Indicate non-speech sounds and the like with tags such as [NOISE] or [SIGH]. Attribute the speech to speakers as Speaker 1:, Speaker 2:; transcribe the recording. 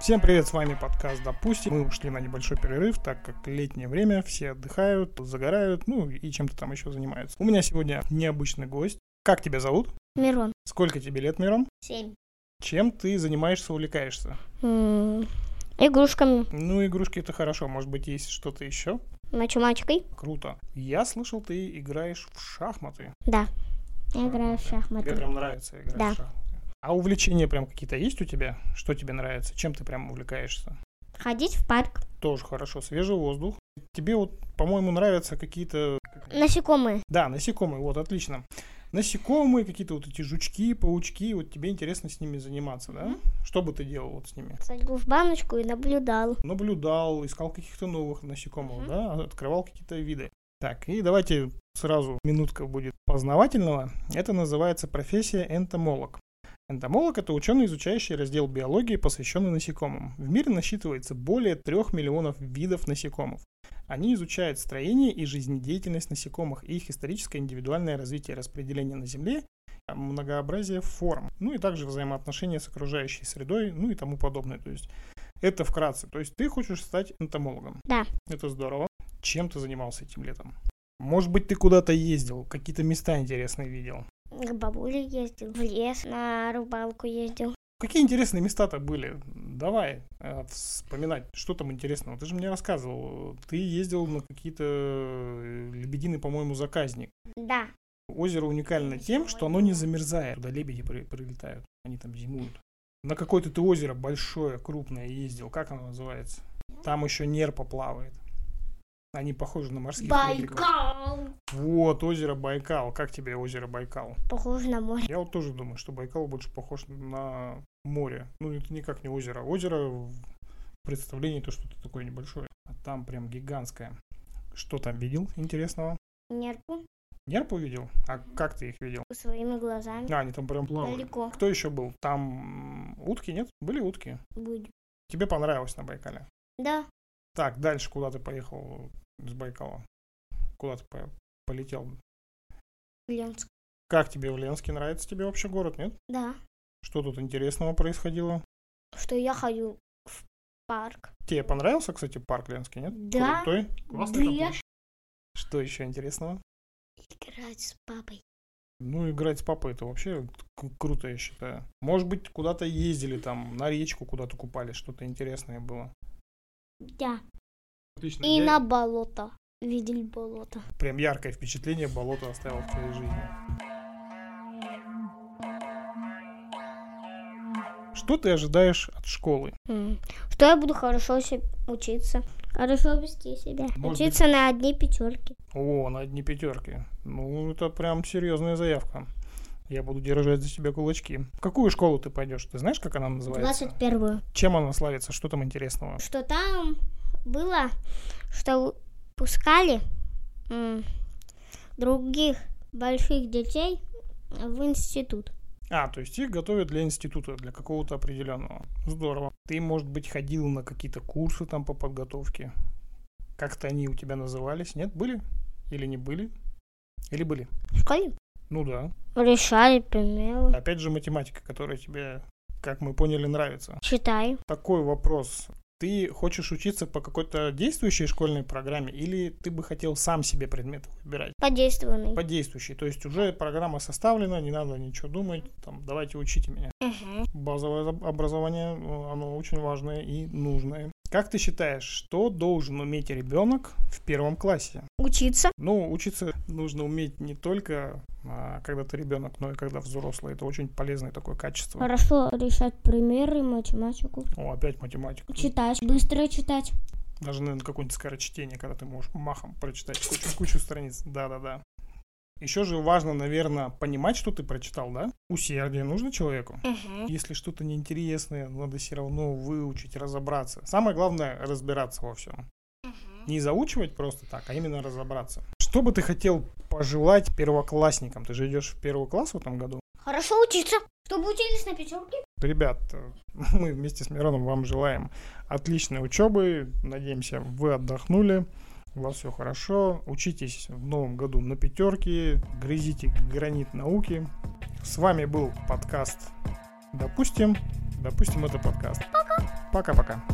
Speaker 1: Всем привет, с вами подкаст «Допустим». Мы ушли на небольшой перерыв, так как летнее время, все отдыхают, загорают, ну и чем-то там еще занимаются. У меня сегодня необычный гость. Как тебя зовут?
Speaker 2: Мирон.
Speaker 1: Сколько тебе лет, Мирон?
Speaker 2: Семь.
Speaker 1: Чем ты занимаешься, увлекаешься?
Speaker 2: М, Игрушками.
Speaker 1: Ну, игрушки это хорошо, может быть, есть что-то еще?
Speaker 2: Мачумачкой.
Speaker 1: Круто. Я слышал, ты играешь в шахматы.
Speaker 2: Да. Я играю в
Speaker 1: Тебе
Speaker 2: шахматы.
Speaker 1: прям нравится играть
Speaker 2: Ну, Да.
Speaker 1: в шахматы. А увлечения прям какие-то есть у тебя? Что тебе нравится? Чем ты прям увлекаешься?
Speaker 2: Ходить в парк.
Speaker 1: Тоже хорошо, свежий воздух. Тебе вот, по-моему, нравятся какие-то
Speaker 2: Насекомые.
Speaker 1: Да, насекомые, вот, отлично. Насекомые, какие-то вот эти жучки, паучки, вот тебе интересно с ними заниматься, да? Что бы ты делал вот с ними?
Speaker 2: Садил в баночку и наблюдал.
Speaker 1: Наблюдал, искал каких-то новых насекомых,
Speaker 2: Мгм.
Speaker 1: да? Открывал какие-то виды. Так, и давайте сразу минутка будет познавательного. Это называется профессия энтомолог. Энтомолог – это ученый, изучающий раздел биологии, посвященный насекомым. В мире насчитывается более трех миллионов видов насекомых. Они изучают строение и жизнедеятельность насекомых, их историческое индивидуальное развитие распределение на Земле, а, многообразие форм, ну и также взаимоотношения с окружающей средой, ну и тому подобное. То есть это вкратце. То есть ты хочешь стать энтомологом.
Speaker 2: Да.
Speaker 1: Это здорово. Чем ты занимался этим летом? Может быть, ты куда-то ездил, какие-то места интересные видел?
Speaker 2: К бабуле ездил. В лес на рыбалку ездил.
Speaker 1: Какие интересные места-то были? Давай э, вспоминать, что там интересного. Ты же мне рассказывал, ты ездил на какие-то э, лебедины, по-моему, заказник.
Speaker 2: Да.
Speaker 1: Озеро уникально тем, что оно не замерзает. Туда лебеди при- прилетают, они там зимуют. На какое-то ты озеро большое, крупное ездил. Как оно называется? Там еще нерпа плавает. Они похожи на морских лебедей. Вот, озеро Байкал. Как тебе озеро Байкал?
Speaker 2: Похоже на море.
Speaker 1: Я вот тоже думаю, что Байкал больше похож на море. Ну, это никак не озеро. Озеро в представлении то что-то такое небольшое. А там прям гигантское. Что там видел интересного?
Speaker 2: Нерпу.
Speaker 1: Нерпу видел? А как ты их видел?
Speaker 2: Своими глазами.
Speaker 1: А, они там прям плавали.
Speaker 2: Далеко
Speaker 1: Кто еще был? Там м, утки, нет? Были утки.
Speaker 2: будет.
Speaker 1: Тебе понравилось на Байкале?
Speaker 2: Да.
Speaker 1: Так, дальше куда ты поехал с Байкала? Куда ты по- полетел?
Speaker 2: Ленск.
Speaker 1: Как тебе в Ленске? Нравится тебе вообще город, нет?
Speaker 2: Да.
Speaker 1: Что тут интересного происходило?
Speaker 2: Что я хожу в парк.
Speaker 1: Тебе понравился, кстати, парк Ленский, нет?
Speaker 2: Да.
Speaker 1: Крутой? Классный такой.
Speaker 2: Бреж.
Speaker 1: Что еще интересного?
Speaker 2: Играть с папой.
Speaker 1: Ну, играть с папой это вообще к- круто, я считаю. Может быть, куда-то ездили там, на речку куда-то купались, что-то интересное было.
Speaker 2: Да.
Speaker 1: Отлично.
Speaker 2: И на болото. Видели болото.
Speaker 1: Прям яркое впечатление болото оставило в твоей жизни. Что ты ожидаешь от школы?
Speaker 2: М, Что я буду хорошо се- учиться. Хорошо вести себя.
Speaker 1: Может
Speaker 2: учиться на одни пятерки.
Speaker 1: О, на одни пятерки. Ну, это прям серьезная заявка. Я буду держать за себя кулачки. В какую школу ты пойдешь? Ты знаешь, как она называется?
Speaker 2: Двадцать первую.
Speaker 1: Чем она славится? Что там интересного?
Speaker 2: Что там было, что пускали м, других больших детей в институт.
Speaker 1: А, то есть их готовят для института, для какого-то определенного. Здорово. Ты, может быть, ходил на какие-то курсы там по подготовке? Как-то они у тебя назывались? Нет, были? Или не были? Или были?
Speaker 2: В школе
Speaker 1: Ну да.
Speaker 2: решали примеры.
Speaker 1: Опять же, математика, которая тебе, как мы поняли, нравится.
Speaker 2: Читаю.
Speaker 1: Такой вопрос. Ты хочешь учиться по какой-то действующей школьной программе или ты бы хотел сам себе предметы выбирать?
Speaker 2: Подействованный.
Speaker 1: По действующей. То есть уже программа составлена, не надо ничего думать. Там, давайте учите меня.
Speaker 2: Мгм.
Speaker 1: Базовое заб- образование, э, оно очень важное и нужное. Как ты считаешь, что должен уметь ребенок в первом классе?
Speaker 2: Учиться.
Speaker 1: Ну, учиться нужно уметь не только а, когда ты ребенок, но и когда взрослый. Это очень полезное такое качество.
Speaker 2: Хорошо решать примеры, математику.
Speaker 1: О, опять математика.
Speaker 2: Читать. Быстро читать.
Speaker 1: Даже, наверное, какое-нибудь скорочтение, когда ты можешь махом прочитать кучу, кучу страниц. Да-да-да. Еще же важно, наверное, понимать, что ты прочитал, да? Усердие нужно человеку.
Speaker 2: Мгм.
Speaker 1: Если что-то неинтересное, надо все равно выучить, разобраться. Самое главное — разбираться во всем. Не заучивать просто так, а именно разобраться. Что бы ты хотел пожелать первоклассникам? Ты же идешь в первый класс в этом году.
Speaker 2: Хорошо учиться. Чтобы учились на пятерке.
Speaker 1: Ребят, [LAUGHS] э, мы вместе с Мироном вам желаем отличной учебы. Надеемся, вы отдохнули, у вас все хорошо. Учитесь в новом году на пятерке, грызите гранит науки. С вами был подкаст «Допустим». Допустим, это подкаст. Пока. Пока-пока.